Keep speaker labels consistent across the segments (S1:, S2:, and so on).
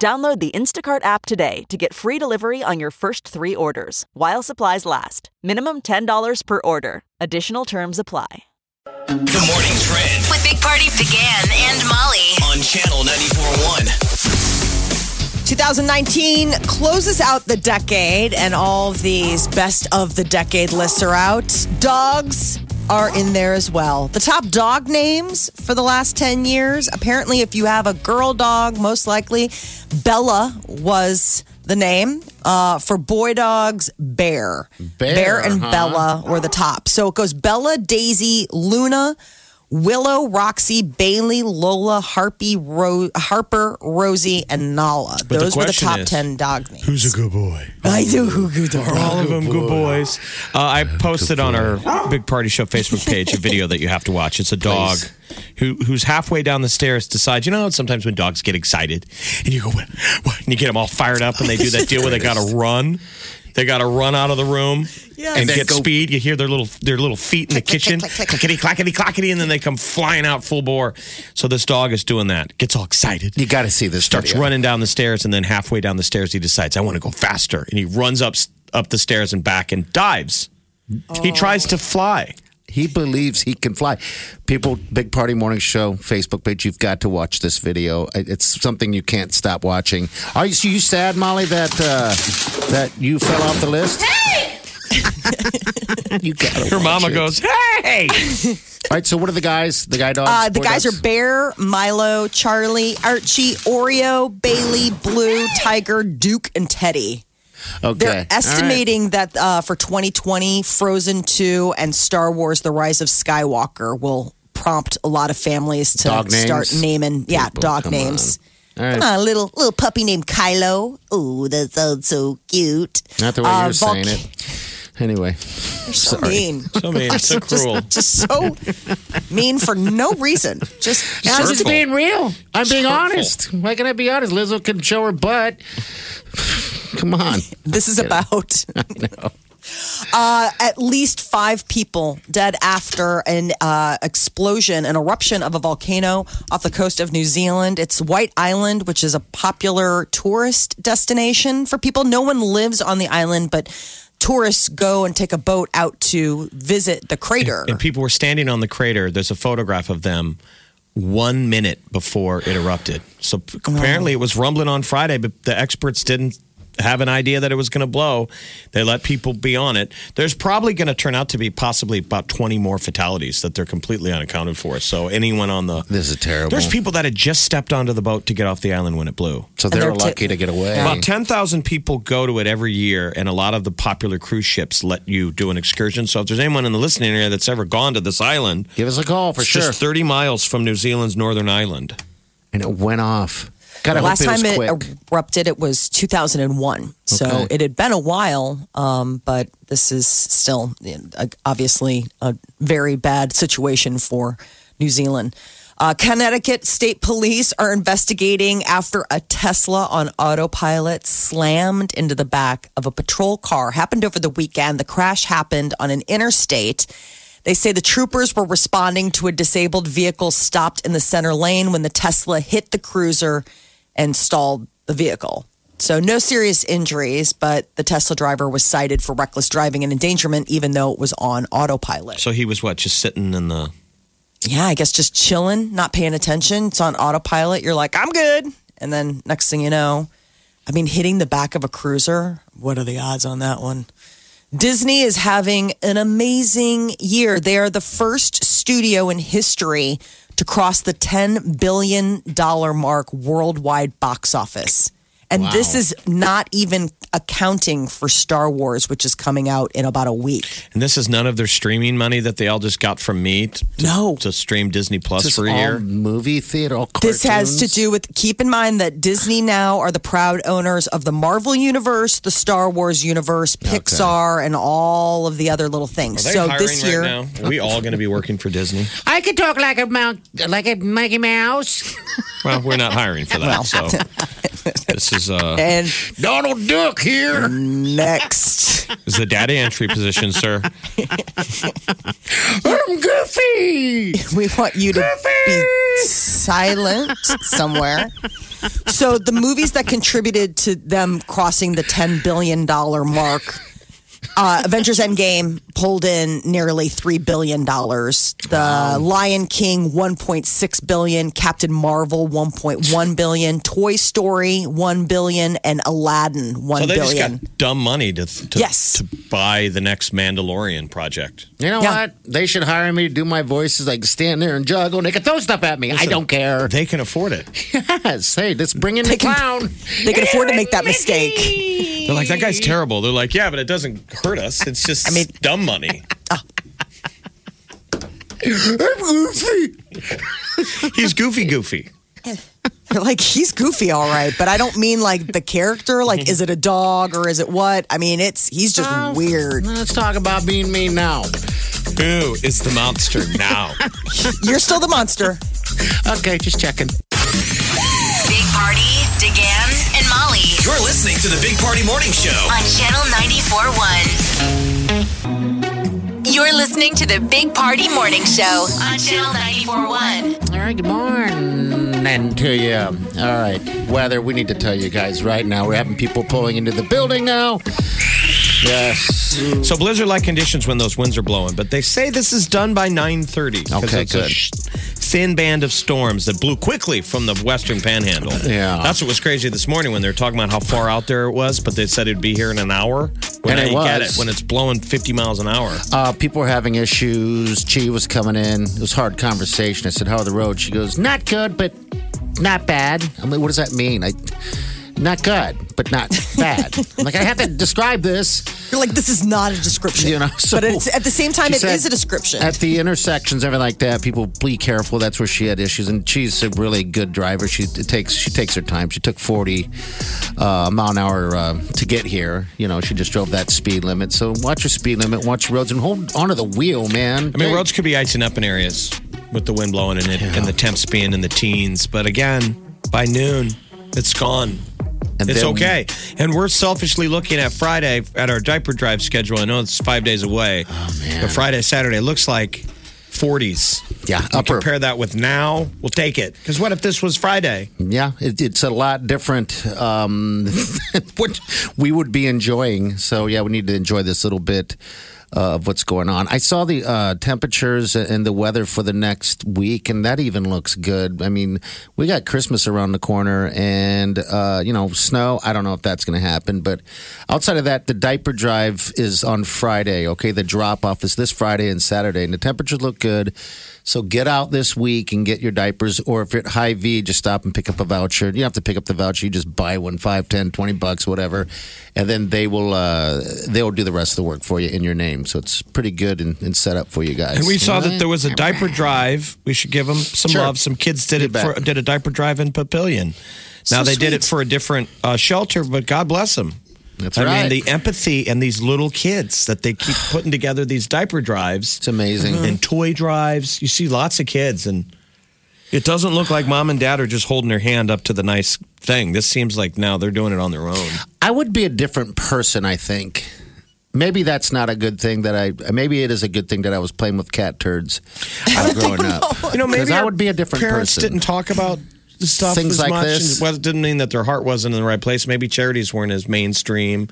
S1: Download the Instacart app today to get free delivery on your first three orders while supplies last. Minimum $10 per order. Additional terms apply.
S2: The morning trend
S3: with Big Party began and Molly.
S2: on channel 94.1.
S4: 2019 closes out the decade, and all of these best of the decade lists are out. Dogs are in there as well. The top dog names for the last 10 years apparently, if you have a girl dog, most likely Bella was the name. Uh, for boy dogs, Bear.
S5: Bear,
S4: and
S5: huh?
S4: Bella were the top. So it goes Bella, Daisy, Luna. Willow, Roxy, Bailey, Lola, Harpy, Ro- Harper, Rosie, and Nala.
S6: But the
S4: Those were the
S6: question
S4: top
S6: is,
S4: ten dog names.
S6: Who's a good boy?
S4: I do who good
S6: Are all of them good boys? Uh, I posted on
S5: boy.
S6: our Big Party Show Facebook page a video that you have to watch. It's a dog
S5: Please.
S6: who who's halfway down the stairs decides, you know, sometimes when dogs get excited and you go, what, what? And you get them all fired up and they do that deal where they got to run. They got to run out of the room and
S5: Then
S6: get
S5: go-
S6: speed. You hear their little their little feet in the kitchen, clickety clackety clackety, and then they come flying out full bore. So this dog is doing that. Gets all excited
S5: You got to see this.
S6: starts
S5: video.
S6: running down the stairs and then halfway down the stairs he decides i want to go faster and he runs up up the stairs and back and dives
S5: Oh.
S6: he tries to fly
S5: He believes he can fly. People, Big Party Morning Show Facebook page. You've got to watch this video. It- It's something you can't stop watching. Are you, so you sad, Molly, that uh, that you fell off the list? you got to.
S6: her mama goes hey
S5: All right. So what are the guys? The guy dogs.
S4: Uh, the
S5: boy
S4: guys
S5: dogs?
S4: are Bear, Milo, Charlie, Archie, Oreo, Bailey, Blue, Tiger, Duke, and Teddy.
S5: Okay.
S4: They're estimating that uh, for 2020, Frozen 2 and Star Wars: The Rise of Skywalker will prompt a lot of families to
S5: Dog names?
S4: start naming, yeah,
S5: People,
S4: dog
S5: come
S4: names.
S5: All right.
S4: Come on, little little puppy named Kylo. Oh, that sounds so cute.
S5: Not the way
S4: Uh,
S5: you're
S4: Volca-
S5: saying it. Anyway,
S4: So mean.
S6: so mean so cruel
S4: Just so mean for no reason. Just
S5: I'm just
S6: hurtful.
S5: being real. I'm being
S6: hurtful.
S5: honest. Why can I be honest? Lizzo can show her butt. Come on.
S4: this is about uh, at least five people dead after an uh, explosion, an eruption of a volcano off the coast of New Zealand. It's White Island, which is a popular tourist destination for people. No one lives on the island, but tourists go and take a boat out to visit the crater.
S6: and people were standing on the crater there's a photograph of them one minute before it erupted so p- apparently it was rumbling on friday but the experts didn't have an idea that it was going to blow they let people be on it there's probably going to turn out to be possibly about 20 more fatalities that they're completely unaccounted for so anyone on the
S5: This is terrible.
S6: There's people that had just stepped onto the boat to get off the island when it blew.
S5: so
S4: And
S5: they're,
S4: they're
S5: lucky
S4: ti-
S5: to get away.
S6: About 10,000 people go to it every year, and a lot of the popular cruise ships let you do an excursion. So if there's anyone in the listening area that's ever gone to this island,
S5: Give us a call for
S6: it's
S5: sure.
S6: just 30 miles from New Zealand's northern island.
S5: and it went off. God, I hope
S4: Last
S5: it was
S4: time it
S5: quick.
S4: erupted, it was 2001. So
S5: Okay.
S4: it had been a while, um, but this is still you know, uh, obviously a very bad situation for New Zealand. Uh, Connecticut state police are investigating after a Tesla on autopilot slammed into the back of a patrol car. Happened over the weekend. The crash happened on an interstate. They say the troopers were responding to a disabled vehicle stopped in the center lane when the Tesla hit the cruiser and stalled the vehicle. So, no serious injuries, but the Tesla driver was cited for reckless driving and endangerment, even though it was on autopilot.
S6: So he was what, just sitting in the.
S4: Yeah, I guess just chilling, not paying attention. It's on autopilot. You're like, I'm good. And then next thing you know, I mean, hitting the back of a cruiser, what are the odds on that one? Disney is having an amazing year. They are the first studio in history to cross the $10 billion mark worldwide box office. And this is not even accounting for Star Wars, which is coming out in about a week.
S6: And this is none of their streaming money that they all just got from me to,
S4: No.
S6: to stream Disney Plus
S5: Just
S6: for a
S5: all
S6: year.
S5: movie theater. All
S4: This has to
S5: cartoons.
S4: do with keep in mind that Disney now are the proud owners of the Marvel universe, the Star Wars universe, Pixar, and all of the other little things.
S6: Are they
S4: so
S6: hiring
S4: this
S6: right
S4: year,
S6: now? Are we all going to be working for Disney?
S7: I could talk like a mount, like a Mickey Mouse.
S6: Well, we're not hiring for that. So this is uh,
S4: and
S5: Donald Duck here.
S4: next.
S6: is the data entry position, sir.
S5: I'm Goofy.
S4: We want you to be silent somewhere. So the movies that contributed to them crossing the ten billion dollar mark. Uh, Avengers Endgame pulled in nearly three billion dollars. The Lion King one point six billion, Captain Marvel one point one billion, Toy Story one billion, and Aladdin one
S6: So they
S4: billion.
S6: just got dumb money to to,
S4: Yes.
S6: to buy the next Mandalorian project.
S5: You know
S4: Yeah.
S5: what? They should hire me to do my voices. I can stand there and juggle, and they can throw stuff at me. I don't care.
S6: They can afford it.
S5: Yes. Hey, let's bring in the
S4: They can-
S5: clown.
S4: they can afford to make that mistake.
S6: They're like, that guy's terrible. They're like, yeah, but it doesn't hurt us. It's just
S4: mean-
S6: dumb money.
S5: I'm Goofy.
S6: He's goofy, goofy.
S4: They're like, he's goofy, all right, but I don't mean like the character. Like, is it a dog or is it what? I mean, it's he's just
S5: Oh.
S4: weird.
S5: Let's talk about being mean now.
S6: Who is the monster now?
S4: You're still the monster.
S5: Okay, just checking.
S3: Big Party, DeGan, and Molly
S2: You're listening to the Big Party Morning Show.
S3: on Channel 94.1. You're listening to the Big Party Morning Show on Channel 94.1.
S7: All right, good morning.
S5: And to you. All right. Weather, we need to tell you guys right now. We're having people pulling into the building now. Yes.
S6: so blizzard-like conditions when those winds are blowing, but they say this is done by 9:30. 'cause
S5: Okay,
S6: it's a
S5: good.
S6: sh- thin band of storms that blew quickly from the western panhandle.
S5: Yeah.
S6: that's what was crazy this morning when they were talking about how far out there it was, but they said it'd be here in an hour. When
S5: And
S6: I
S5: it
S6: get it
S5: was.
S6: when it's blowing 50 miles an hour.
S5: Uh, people were having issues. Chi was coming in. It was hard conversation. I said, How are the roads? She goes, Not good, but not bad. I'm like, What does that mean? I, not good, but not bad. I'm like, I have to describe this.
S4: You're like, this is not a description.
S5: You know, so-
S4: but it's, at the same time,
S5: She
S4: it is
S5: said
S4: a description.
S5: At the intersections, everything like that, people be careful. That's where she had issues. And she's a really good driver. She it takes she takes her time. She took 40 uh, mile an hour uh, to get here. You know, she just drove that speed limit. So watch your speed limit, watch your roads, and hold onto the wheel, man.
S6: I mean, roads could be icing up in areas with the wind blowing and, it, and the temps being in the teens, but again, by noon, it's gone.
S5: And
S6: It's
S5: then-
S6: okay. And we're selfishly looking at Friday at our diaper drive schedule. I know it's five days away. Oh, man. But Friday, Saturday looks like 40s.
S5: Yeah,
S6: You
S5: upper.
S6: Compare that with now, we'll take it. Because what if this was Friday?
S5: Yeah, it, it's a lot different. Um, what we would be enjoying. So yeah, we need to enjoy this little bit uh, of what's going on. I saw the uh, temperatures and the weather for the next week, and that even looks good. I mean, we got Christmas around the corner, and uh, you know, snow. I don't know if that's going to happen, but outside of that, the diaper drive is on Friday. Okay, the drop off is this Friday and Saturday, and the temperatures look good. So get out this week and get your diapers, or if you're at High V, just stop and pick up a voucher. You don't have to pick up the voucher; you just buy one, five, ten, twenty bucks, whatever, and then they will uh, they will do the rest of the work for you in your name. So it's pretty good and, and set up for you guys.
S6: And we saw that there was a diaper drive. We should give them some
S5: Sure.
S6: love. Some kids did
S5: You
S6: it for,
S5: bet.
S6: did a diaper drive in Papillion.
S5: So
S6: Now they did
S5: sweet.
S6: it for a different uh, shelter, but God bless them.
S5: That's
S6: I
S5: right.
S6: mean, the empathy and these little kids that they keep putting together these diaper drives
S5: it's amazing.
S6: and toy drives. You see lots of kids, and it doesn't look like mom and dad are just holding their hand up to the nice thing. This seems like now they're doing it on their own.
S5: I would be a different person, I think. Maybe that's not a good thing that I. Maybe it is a good thing that I was playing with cat turds uh, growing up.
S6: You know, maybe
S5: 'Cause I
S6: our
S5: would be a different
S6: parents
S5: person.
S6: didn't talk about the stuff
S5: Things
S6: as
S5: like
S6: much.
S5: this.
S6: and Well, it didn't mean that their heart wasn't in the right place. Maybe charities weren't as mainstream,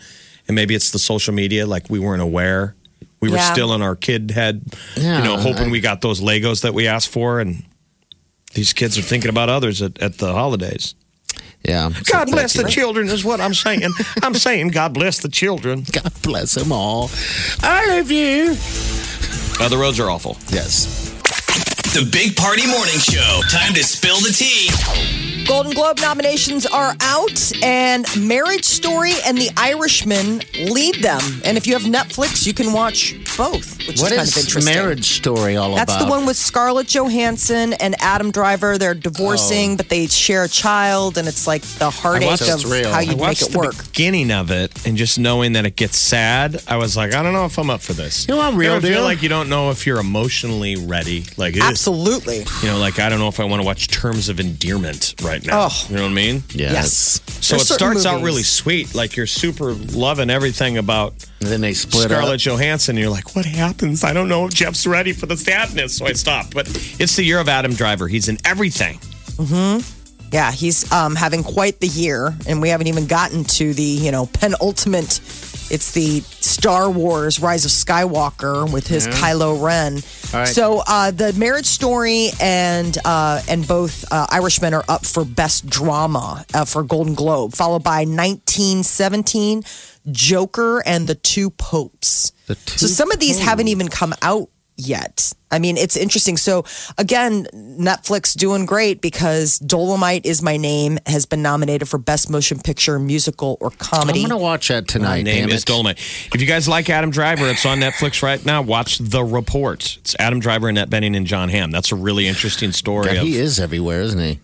S6: and maybe it's the social media. Like we weren't aware. We were
S4: Yeah.
S6: still in our kid head, you know,
S5: Yeah,
S6: hoping
S5: I-
S6: we got those Legos that we asked for, and these kids are thinking about others at, at the holidays.
S5: Yeah.
S6: God
S5: So
S6: bless the
S5: thank you.
S6: children is what I'm saying. I'm saying God bless the children.
S5: God bless them all. I love you.
S6: Uh, the roads are awful.
S5: Yes.
S2: The Big Party Morning Show. Time to spill the tea.
S4: Golden Globe nominations are out, and Marriage Story and The Irishman lead them. And if you have Netflix, you can watch both, which
S5: What
S4: is kind of
S5: is
S4: interesting.
S5: Marriage Story all
S4: That's
S5: about?
S4: the one with Scarlett Johansson and Adam Driver. They're divorcing, but they share a child, and it's like the heartache
S5: Oh. watched-
S4: of
S5: It's real.
S4: how
S5: I
S4: you
S6: I
S4: make
S6: watched
S4: it
S6: the
S4: work.
S6: beginning of it, and just knowing that it gets sad, I was like, I don't know if I'm up for this.
S5: You know, I'm
S6: You
S5: real
S6: ever feel
S5: deal.
S6: like you don't know if you're emotionally ready. Like, ugh.
S4: Absolutely.
S6: you know, like I don't know if I want to watch Terms of Endearment right now.
S4: Oh.
S6: You know what I mean?
S4: Yes.
S6: So
S4: There's
S6: it
S4: certain
S6: starts out
S4: movies.
S6: really sweet, like you're super loving everything about
S5: And then they split
S6: Scarlett
S5: up.
S6: Johansson. You're like, what happens? I don't know if Jeff's ready for the sadness, so I stop. But it's the year of Adam Driver. He's in everything.
S4: Yeah, he's um, having quite the year, and we haven't even gotten to the you know penultimate. It's the Star Wars Rise of Skywalker with his Kylo Ren.
S5: right.
S4: So uh, the Marriage Story and uh, and both uh, Irishmen are up for Best Drama uh, for Golden Globe, followed by 1917, Joker, and The Two Popes.
S5: The
S4: So some of these haven't even come out yet. I mean, it's interesting. So again, Netflix doing great because Dolomite is my name has been nominated for best motion picture, musical, or comedy.
S5: Oh, I'm gonna watch that tonight.
S6: Name
S5: damn
S6: is
S5: it.
S6: Dolomite. If you guys like Adam Driver, it's on Netflix right now. Watch The Report. It's Adam Driver, Annette Benning, and John Hamm. That's a really interesting story.
S5: God,
S6: of-
S5: he is everywhere, isn't he?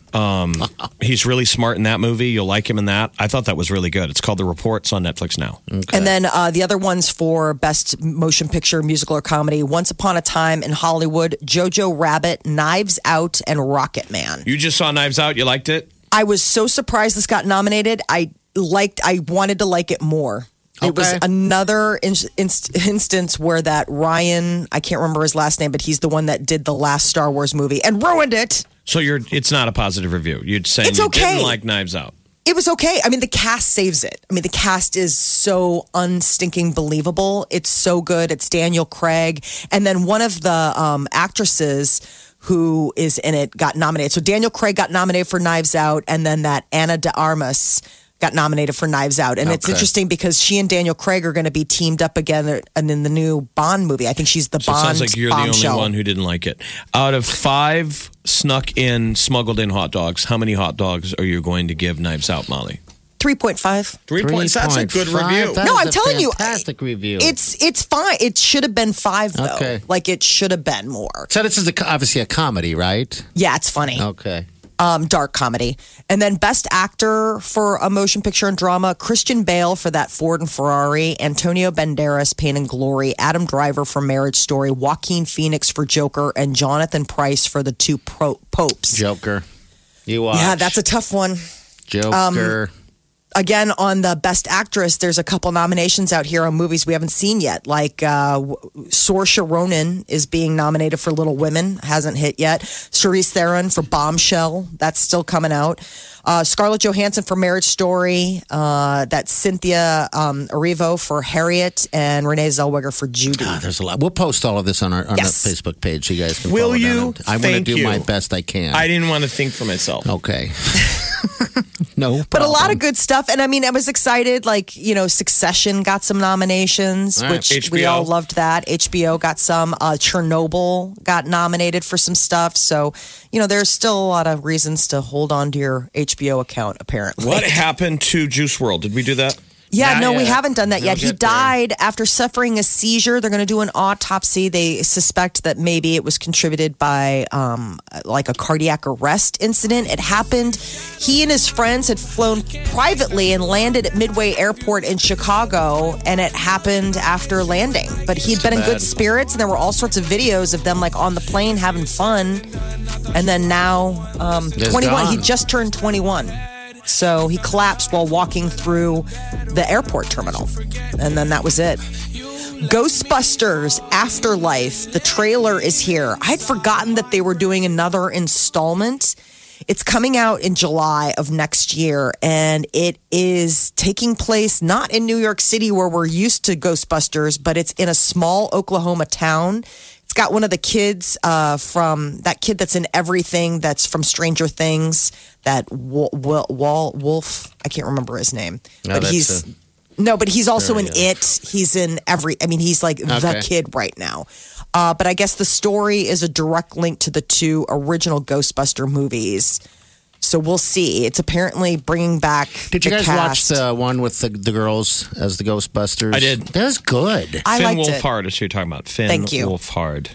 S6: he's really smart in that movie. You'll like him in that. I thought that was really good. It's called The Report. It's on Netflix now.
S4: And then uh, the other ones for best motion picture, musical, or comedy: Once Upon a Time in Hollywood, Jojo Rabbit, Knives Out, and Rocket Man.
S6: You just saw Knives Out. You liked it?
S4: I was so surprised this got nominated. I liked. I wanted to like it more. It was
S5: Okay.
S4: another in, inst instance where that Ryan, I can't remember his last name, but he's the one that did the last Star Wars movie and ruined it.
S6: So you're. It's not a positive review. You'd say
S4: It's
S6: you
S4: okay.
S6: didn't like Knives Out.
S4: It was okay. I mean, the cast saves it. I mean, the cast is so unstinking believable. It's so good. It's Daniel Craig. And then one of the um, actresses who is in it got nominated. So Daniel Craig got nominated for Knives Out, and then that Anna de Armas got nominated for Knives Out. And it's
S5: Okay.
S4: interesting because she and Daniel Craig are going to be teamed up again and in the new Bond movie. I think she's the
S6: So it
S4: Bond
S6: sounds like you're the
S4: bombshell.
S6: only one who didn't like it. Out of five snuck in, smuggled in hot dogs, how many hot dogs are you going to give Knives Out, Molly?
S4: 3.5.
S6: Three, points. That's a good
S5: 3.5.
S6: review.
S5: That
S4: No,
S5: is
S4: I'm
S5: a
S4: telling you,
S5: fantastic review.
S4: It's it's fine. It should have been five though.
S5: Okay.
S4: Like it should have been more.
S5: so this is a, co- obviously a comedy, right?
S4: Yeah, it's funny.
S5: Okay.
S4: Um, dark comedy. And then best actor for a motion picture and drama, Christian Bale for that Ford and Ferrari, Antonio Banderas, Pain and Glory, Adam Driver for Marriage Story, Joaquin Phoenix for Joker, and Jonathan Price for the two pro- popes.
S5: Joker. You watch.
S4: Yeah, that's a um, tough one.
S5: Joker.
S4: again on the best actress there's a couple nominations out here on movies we haven't seen yet like uh w- Saoirse Ronan is being nominated for Little Women hasn't hit yet Charlize Theron for Bombshell that's still coming out uh Scarlett Johansson for Marriage Story uh that's Cynthia um Erivo for Harriet and Renee Zellweger for Judy
S5: Ah, there's a lot. We'll post all of this on our on
S4: Yes.
S5: our Facebook page. You guys can.
S6: Will
S5: follow down
S6: you?
S5: and- I want to
S6: Thank
S5: do
S6: you.
S5: my best I can.
S6: I didn't want to think for myself.
S5: okay. no,
S4: but a lot
S5: problem.
S4: of good stuff and I mean I was excited like you know Succession got some nominations
S5: All right,
S4: which we all
S6: HBO.
S4: loved that HBO got some uh, Chernobyl got nominated for some stuff so you know there's still a lot of reasons to hold on to your HBO account apparently
S6: What happened to Juice World? Did we do that?
S4: yeah
S5: Not
S4: no we
S5: yet.
S4: haven't done that
S5: We'll
S4: yet he
S5: get there.
S4: died after suffering a seizure they're going to do an autopsy they suspect that maybe it was contributed by um, like a cardiac arrest incident it happened he and his friends had flown privately and landed at midway airport in chicago and it happened after landing but he'd been in good spirits and there were all sorts of videos of them like on the plane having fun and then now um,
S5: Just
S4: 21 he
S5: gone.
S4: just turned 21 so he collapsed while walking through the airport terminal. And then that was it. Ghostbusters Afterlife, the trailer is here. I'd forgotten that they were doing another installment. It's coming out in July of next year, and it is taking place not in New York City where we're used to Ghostbusters, but it's in a small Oklahoma town. It's got one of the kids uh, from that kid that's in everything that's from Stranger Things, that Wal, Wal, Wal Wolf. I can't remember his name,
S5: No,
S4: but
S5: that's
S4: he's.
S5: a-
S4: No, but he's also in
S5: Very
S4: it. He's in every. I mean, he's like the
S5: Okay.
S4: kid right now. Uh, but I guess the story is a direct link to the two original Ghostbuster movies. So we'll see. It's apparently bringing back.
S5: Did you
S4: the
S5: guys
S4: cast.
S5: watch the one with the, the girls as the Ghostbusters?
S6: I did.
S5: That was good.
S4: I
S6: Finn
S4: liked it.
S6: Wolfhard is who you're talking about. Finn
S4: Thank you.
S6: Wolfhard.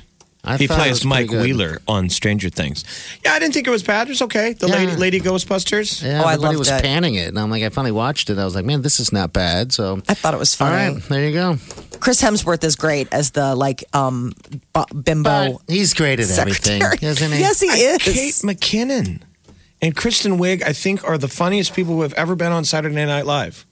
S5: I
S6: he
S5: thought it was
S6: plays Mike
S5: pretty good.
S6: Wheeler on Stranger Things. Yeah, I didn't think it was bad. It was okay. The
S5: Yeah.
S6: lady, lady Ghostbusters.
S5: Yeah,
S4: Oh, I loved
S5: everybody was
S4: it.
S5: panning it, and I'm like, I finally watched it. I was like, man, this is not bad. So,
S4: I thought it was
S5: all
S4: funny.
S5: right, there you go.
S4: Chris Hemsworth is great as the like um bu-
S5: But
S4: bimbo
S5: he's great at
S4: secretary.
S5: everything, isn't he?
S4: Yes, he
S6: I-
S4: is.
S6: Kate McKinnon and Kristen Wiig, I think, are the funniest people who have ever been on Saturday Night Live.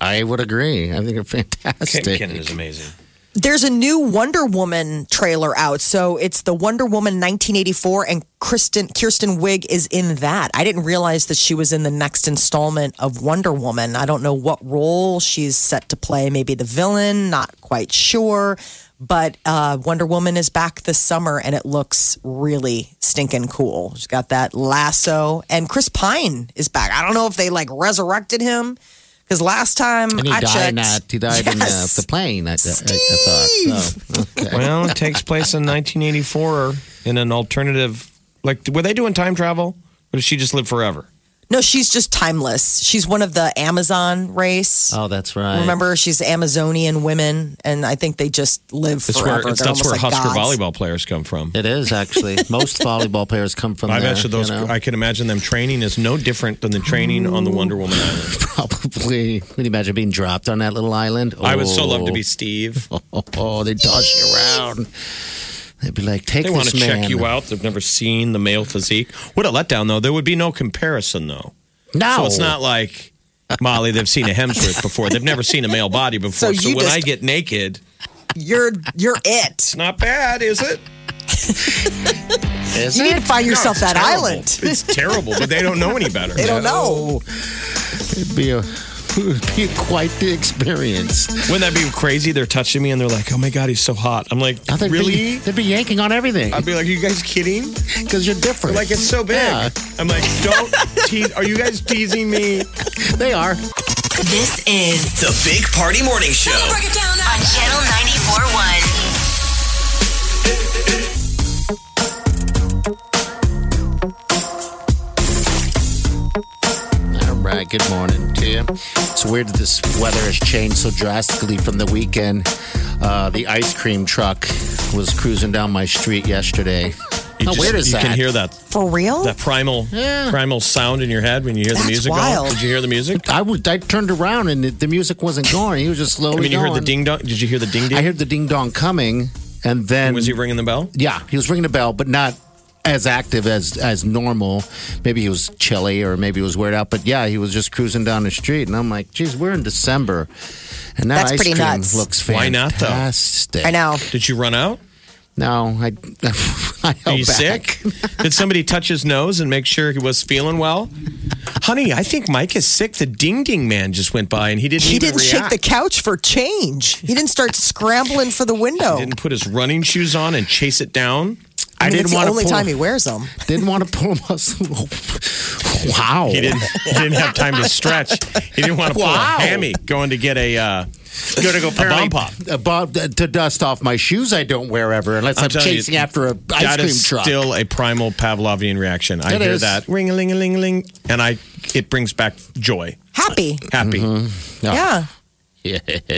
S5: I would agree. I think they're
S6: Kate
S5: fantastic.
S6: McKinnon is amazing.
S4: There's a new Wonder Woman trailer out, so it's the Wonder Woman 1984, and Kristen Kirsten Wig is in that. I didn't realize that she was in the next installment of Wonder Woman. I don't know what role she's set to play. Maybe the villain, not quite sure. But uh, Wonder Woman is back this summer, and it looks really stinking cool. She's got that lasso, and Chris Pine is back. I don't know if they like resurrected him because last time
S5: And he
S4: I
S5: died
S4: checked,
S5: in that. He died in the,
S4: Yes.
S5: the plane. I, I, I thought. So, okay.
S6: Well, it takes place in 1984 in an alternative. Like, were they doing time travel? Or did she just live forever?
S4: No, she's just timeless. She's one of the Amazon race.
S5: Oh, that's right.
S4: Remember, she's Amazonian women, and I think they just live
S6: That's
S4: forever.
S6: where it's,
S4: They're
S6: that's where
S4: almost like
S6: Husker
S4: gods.
S6: volleyball players come from.
S5: It is actually most volleyball players come from.
S6: I
S5: there,
S6: bet you those.
S5: you know?
S6: I can imagine them training is no different than the training on the Wonder Woman Island.
S5: probably. Can you imagine being dropped on that little island?
S6: I would so love to
S5: Oh.
S6: be Steve.
S5: Oh, oh, oh, they toss you around. They'd be like, "Take
S6: They want
S5: this
S6: to
S5: man."
S6: check you out. They've never seen the male physique. What a letdown, though. There would be no comparison, though.
S5: No,
S6: So it's not like Molly. They've seen a Hemsworth before. They've never seen a male body before. So,
S4: So you
S6: when
S4: just-
S6: I get naked,
S4: You're you're it.
S6: it's not bad, is it?
S5: Is
S4: You need
S5: it?
S4: to find yourself
S6: No, it's
S4: that
S6: terrible.
S4: island.
S6: It's terrible, but they don't know any better.
S4: They don't know.
S5: It'd be a it'd be quite the experience.
S6: Wouldn't that be crazy? They're touching me and they're like, "Oh my god, he's so hot." I'm like,
S5: I think they'd be-
S6: "Really?"
S5: they'd be yanking on everything
S6: I'd be like, "Are you guys kidding?"
S5: because you're different.
S6: Like it's so big.
S5: Yeah.
S6: I'm like, don't tease. Are you guys teasing me?
S5: They are.
S3: This is
S2: The Big Party Morning Show.
S3: on Channel 94.1.
S5: All right. Good morning to you. It's weird that this weather has changed so drastically from the weekend. Uh, the ice cream truck was cruising down my street yesterday. How weird is
S6: you
S5: that?
S6: can hear that
S4: For real?
S6: that primal
S5: Yeah.
S6: primal sound in your head when you hear the
S4: That's
S6: music.
S4: wild.
S6: Going. Did you hear the music?
S5: I would. I turned around and the, the music wasn't going. He was just slowly.
S6: I mean, you heard the
S5: going.
S6: ding dong. Did you hear the ding
S5: I
S6: ding?
S5: heard the ding dong coming, and then
S6: Was he ringing the bell?
S5: yeah, he was ringing the bell, but not as active as as normal. Maybe he was chilly, or maybe he was weird out. But yeah, he was just cruising down the street, and I'm like, geez, we're in December, and that
S4: That's
S5: ice
S4: pretty
S5: cream
S4: nuts.
S5: looks
S6: Why not, though?
S5: fantastic.
S4: I know.
S6: Did you run out?
S5: No, I. I
S6: Are
S5: held
S6: you
S5: back.
S6: sick? Did somebody touch his nose and make sure he was feeling well? Honey, I think Mike is sick. The ding ding man just went by and he didn't
S4: He
S6: even
S4: didn't shake
S6: react.
S4: the couch for change. He didn't start scrambling for the window.
S6: didn't put his running shoes on and chase it down.
S5: I,
S4: I mean,
S5: didn't
S4: it's the
S5: want
S4: only
S5: to pull.
S4: time he wears them.
S5: didn't want to pull a muscle. wow.
S6: He didn't he didn't have time to stretch. He didn't want to pull
S5: Wow.
S6: a hammy going to get a uh, go to go a bomb pop.
S5: Above uh, to dust off my shoes I don't wear ever unless I'm,
S6: telling
S5: chasing
S6: you,
S5: after a ice
S6: that
S5: cream
S6: is
S5: truck.
S6: Still a primal Pavlovian reaction. I
S5: It
S6: hear
S5: is.
S6: that ring a ling a ling a ling, and I it brings back joy,
S4: Happy.
S6: happy.
S5: No.
S4: Yeah.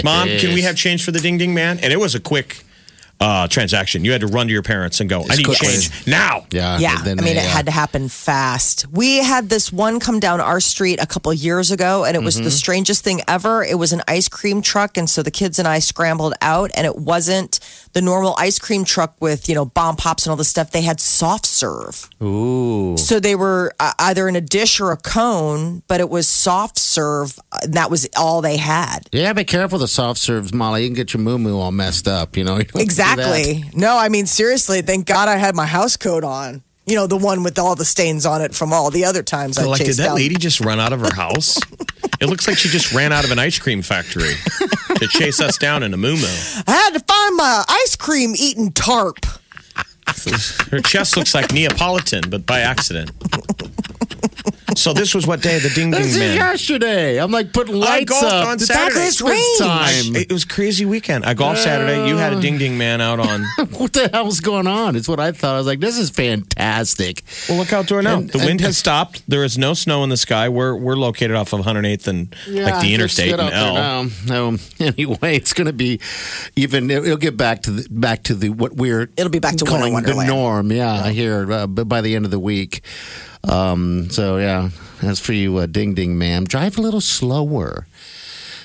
S6: Mom, can we have change for the ding ding man? And it was a quick uh, transaction. You had to run to your parents and go, I need
S5: quick.
S6: change now.
S5: Yeah,
S4: Yeah,
S5: then
S4: I mean,
S5: they,
S4: it
S5: uh,
S4: had to happen fast. We had this one come down our street a couple years ago, and it was
S5: Mm-hmm.
S4: the strangest thing ever. It was an ice cream truck, and so the kids and I scrambled out, and it wasn't the normal ice cream truck with you know bomb pops and all this stuff. They had soft serve. Ooh. So they were uh, either in a dish or a cone, but it was soft serve. uh, And that was all they had.
S5: Yeah, be careful the soft serves, Molly. You can get your moo moo all messed up. You know You don't do that.
S4: Exactly. No, I mean seriously. Thank God I had my house coat on. You know the one with all the stains on it from all the other times I
S6: So, like, did
S4: chased
S6: that
S4: down.
S6: lady just run out of her house? it looks like she just ran out of an ice cream factory to chase us down in a moo moo.
S4: I had to find my ice cream eating tarp.
S5: Oh.
S6: Her chest looks like Neapolitan, but by accident. So this was what day the ding ding
S5: This is
S6: man.
S5: yesterday. I'm like putting lights
S6: golfed
S5: up.
S6: on
S5: It's
S6: Saturday.
S5: Christmas
S6: I-
S5: time.
S6: it was crazy weekend. I golfed Saturday. You had a ding ding man out on.
S5: What the hell's going on? It's what I thought. I was like, this is fantastic.
S6: Well, look outdoor now.
S5: And-
S6: the wind
S5: and-
S6: has stopped. There is no snow in the sky. We're we're located off of 108th and like the interstate and L.
S5: Um, anyway, it's going to be even. It'll get back to the, back to the what we're.
S4: It'll be back to winter
S5: calling the
S4: wonderland.
S5: norm. Yeah, I hear. Uh, but by the end of the week, um, so yeah. As for you, uh, ding ding, ma'am, drive a little slower.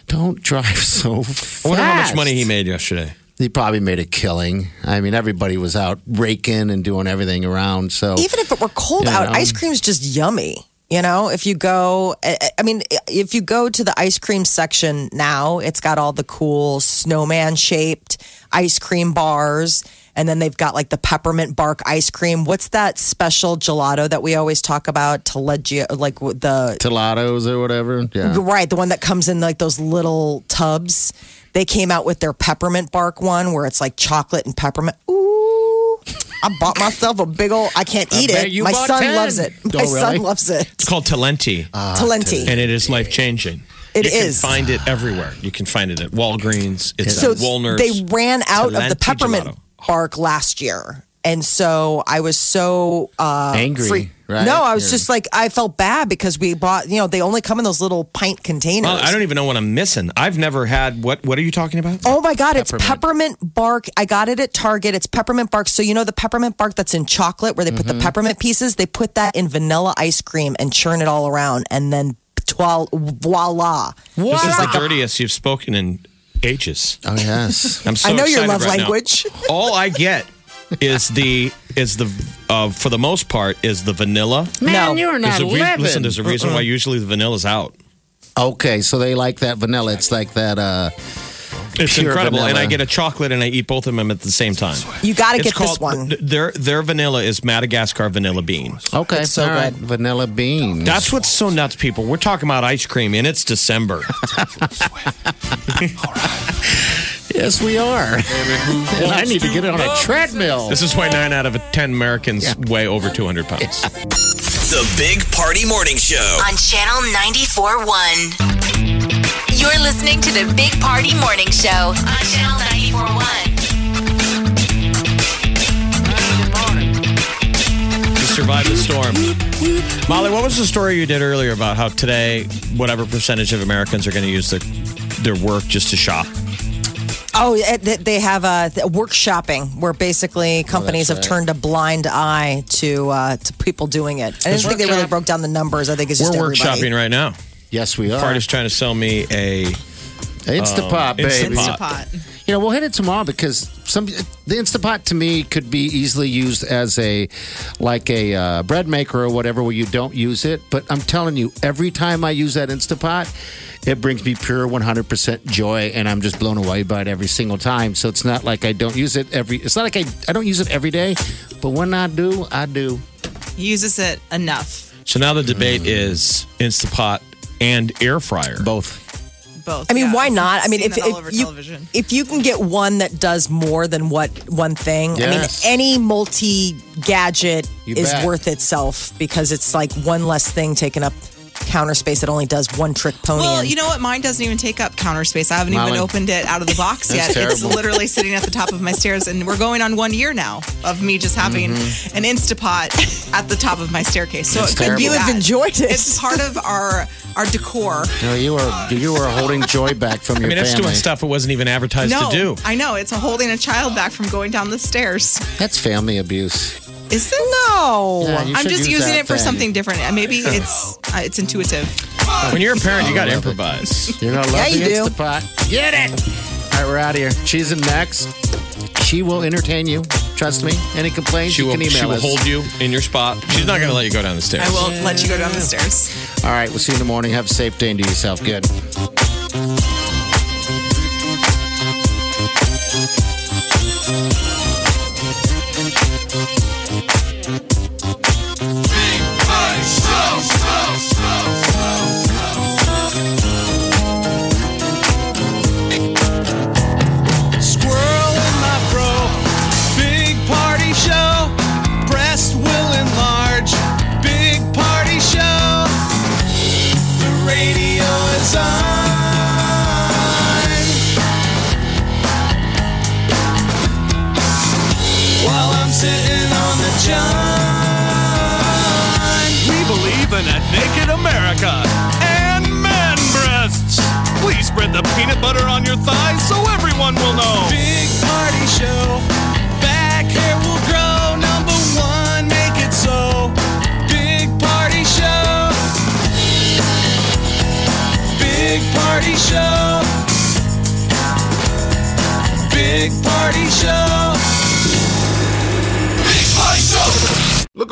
S5: Don't drive so fast.
S6: I wonder how much money he made yesterday.
S5: He probably made a killing. I mean, everybody was out raking and doing everything around. So
S4: Even if it were cold
S5: Yeah.
S4: out, ice cream's just yummy. You know, if you go, I I mean, if you go to the ice cream section now, it's got all the cool snowman shaped ice cream bars. And then they've got like the peppermint bark ice cream. What's that special gelato that we always talk about? Taleggio, like w- the
S5: Tilatos or whatever. Yeah.
S4: Right, the one that comes in like those little tubs. They came out with their peppermint bark one where it's like chocolate and peppermint. Ooh. I bought myself a big old I can't eat
S5: bet
S4: it.
S5: you
S4: My
S5: bought
S4: son
S5: 10.
S4: loves it.
S5: Oh,
S4: My son
S5: really?
S4: loves it.
S6: It's called Talenti,
S4: Talenti.
S6: and it is life changing.
S4: Ah. It
S6: It is. you
S4: is.
S6: Can find it everywhere. You can find it at Walgreens. It's
S4: so
S6: at Walner's.
S4: they ran out of the
S6: uh, Talenti
S4: peppermint
S6: gelato.
S4: bark last year. And so I was so uh
S5: Angry,
S4: freak-
S5: right?
S4: No, I was
S5: Yeah.
S4: just like I felt bad because we bought, you know, they only come in those little pint containers.
S6: Well, I don't even know what I'm missing. I've never had what. What are you talking about?
S4: Oh my God, it's peppermint bark. I got it at Target. It's peppermint bark. So, you know, the peppermint bark that's in chocolate where they put
S6: Mm-hmm.
S4: the peppermint pieces, they put that in vanilla ice cream and churn it all around. And then twal- voila.
S6: This is the dirtiest you've spoken in ages.
S5: Oh yes.
S6: I'm so
S4: I know your
S6: excited
S4: love
S6: right now.
S4: language.
S6: All I get is the is the uh, for the most part is the vanilla.
S7: Man,
S4: No.
S7: you're not Uh-uh.
S6: There's a reason,
S7: 11.
S6: listen, there's a reason why usually the vanilla's out.
S5: okay, so they like that vanilla. It's like that. uh
S6: It's
S5: Pure
S6: incredible, and
S5: vanilla.
S6: I get a chocolate and I eat both of them at the same time.
S4: You got to
S6: It's
S4: get this
S6: called-
S4: one.
S6: th- Their their vanilla is Madagascar vanilla bean.
S5: Okay,
S4: It's so
S5: all right.
S4: good.
S5: Vanilla beans.
S6: That's what's so nuts, people. We're talking about ice cream, and it's December.
S5: yes, we are. and I need to get it on a treadmill.
S6: this is why nine out of ten Americans weigh over 200 pounds.
S2: The Big Party Morning Show.
S3: on Channel 94.1. You're listening to the Big Party Morning Show on Channel 94.1.
S6: to survive the storm. Molly, what was the story you did earlier about how today, whatever percentage of Americans are going to use their their work just to shop?
S4: Oh, eh, th- they have a th- workshopping where basically
S6: Oh,
S4: companies have turned a blind eye to uh, to people doing it. I didn't think they really broke down the numbers. I think it's
S6: We're
S4: just everybody.
S6: workshopping right now.
S5: yes, we are.
S6: Party's trying to sell me a
S5: Instapot, baby.
S6: Instapot.
S5: You know, we'll hit it tomorrow because some the Instapot to me could be easily used as a like a uh, bread maker or whatever where you don't use it. But I'm telling you, every time I use that Instapot, it brings me pure 100% joy, and I'm just blown away by it every single time. So it's not like I don't use it every. It's not like I I don't use it every day, but when I do, I do.
S8: uses it enough.
S6: So now the debate is Instapot and air fryer.
S5: Both.
S8: Both.
S4: I mean,
S8: yeah.
S4: why not? I mean,
S8: Seen
S4: if,
S8: that all
S4: if
S8: over
S4: you
S8: television.
S4: if you can get one that does more than what one thing,
S5: Yes.
S4: I mean, any multi gadget
S5: You
S4: is
S5: bet.
S4: worth itself because it's like one less thing taking up counter space that only does one trick pony.
S8: Well,
S4: and-
S8: you know what? Mine doesn't even take up counter space. I haven't
S5: Mine-
S8: even opened it out of the box yet.
S5: That's
S8: It's
S5: terrible.
S8: literally sitting at the top of my stairs, and we're going on one year now of me just having
S5: Mm-hmm.
S8: an Instapot at the top of my staircase. So it could
S5: terrible.
S8: be
S4: you have
S8: that.
S4: enjoyed it.
S8: It's part of our our decor.
S5: You, know, you are you are holding joy back from your
S6: I mean, it's
S5: family.
S6: doing stuff it wasn't even advertised
S8: no,
S6: to do.
S8: I know it's holding a child back from going down the stairs.
S5: That's family abuse.
S8: Is it?
S4: no.
S5: Yeah, you
S8: I'm
S5: should
S8: just
S5: use
S8: using
S5: that
S8: it for
S5: thing.
S8: something different. Uh, Maybe it's uh, it's intuitive.
S5: Oh.
S6: When you're a parent, you got to
S5: love it.
S6: improvise.
S5: You're gonna love
S4: Yeah,
S5: the
S4: you do.
S5: Instapot. Get it. All right, we're out of here. She's in next. She will entertain you. Trust me. Any complaints,
S6: She
S5: you
S6: will,
S5: can email
S6: she will
S5: us.
S6: hold you in your spot. She's not going to let you go down the stairs.
S8: I won't let you go down the stairs.
S5: All right, we'll see you in the morning. Have a safe day and do yourself good.
S9: Squirrel in my bro. Big party show. Breast will enlarge. Big party show. abortion. We believe in a naked America and man breasts. Please spread the peanut butter on your thighs so everyone will know. Big party show. Back hair will grow. Number one, make it so. Big party show. Big party show. Big party show. Big party show.
S10: Look